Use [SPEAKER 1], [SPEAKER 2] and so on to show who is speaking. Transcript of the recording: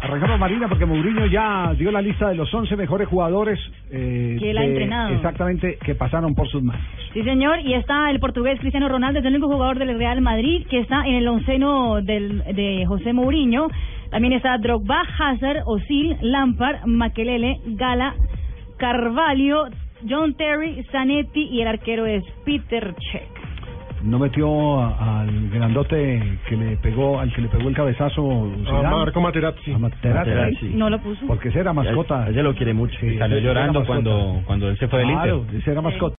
[SPEAKER 1] Arrancamos Marina porque Mourinho ya dio la lista de los 11 mejores jugadores eh,
[SPEAKER 2] Que él ha
[SPEAKER 1] de-
[SPEAKER 2] entrenado.
[SPEAKER 1] Exactamente, que pasaron por sus manos.
[SPEAKER 2] Sí, señor, y está el portugués Cristiano Ronaldo, es el único jugador del Real Madrid que está en el onceno del, de José Mourinho. También está Drogba, Hazard, Osil, Lampard, Makelele, Gala, Carvalho, John Terry, Zanetti y el arquero es Peter Cech.
[SPEAKER 1] No metió a- al grandote que le pegó, al que le pegó el cabezazo.
[SPEAKER 3] A
[SPEAKER 1] Zidane.
[SPEAKER 3] Marco Materazzi.
[SPEAKER 1] A Materazzi.
[SPEAKER 4] Materazzi. Sí.
[SPEAKER 2] No lo puso.
[SPEAKER 1] Porque ese era mascota.
[SPEAKER 4] Ella lo quiere mucho.
[SPEAKER 1] Sí,
[SPEAKER 4] Salió
[SPEAKER 1] ese era
[SPEAKER 4] llorando
[SPEAKER 1] mascota.
[SPEAKER 4] cuando, cuando él se fue del Inter.
[SPEAKER 1] Claro, ese era mascota.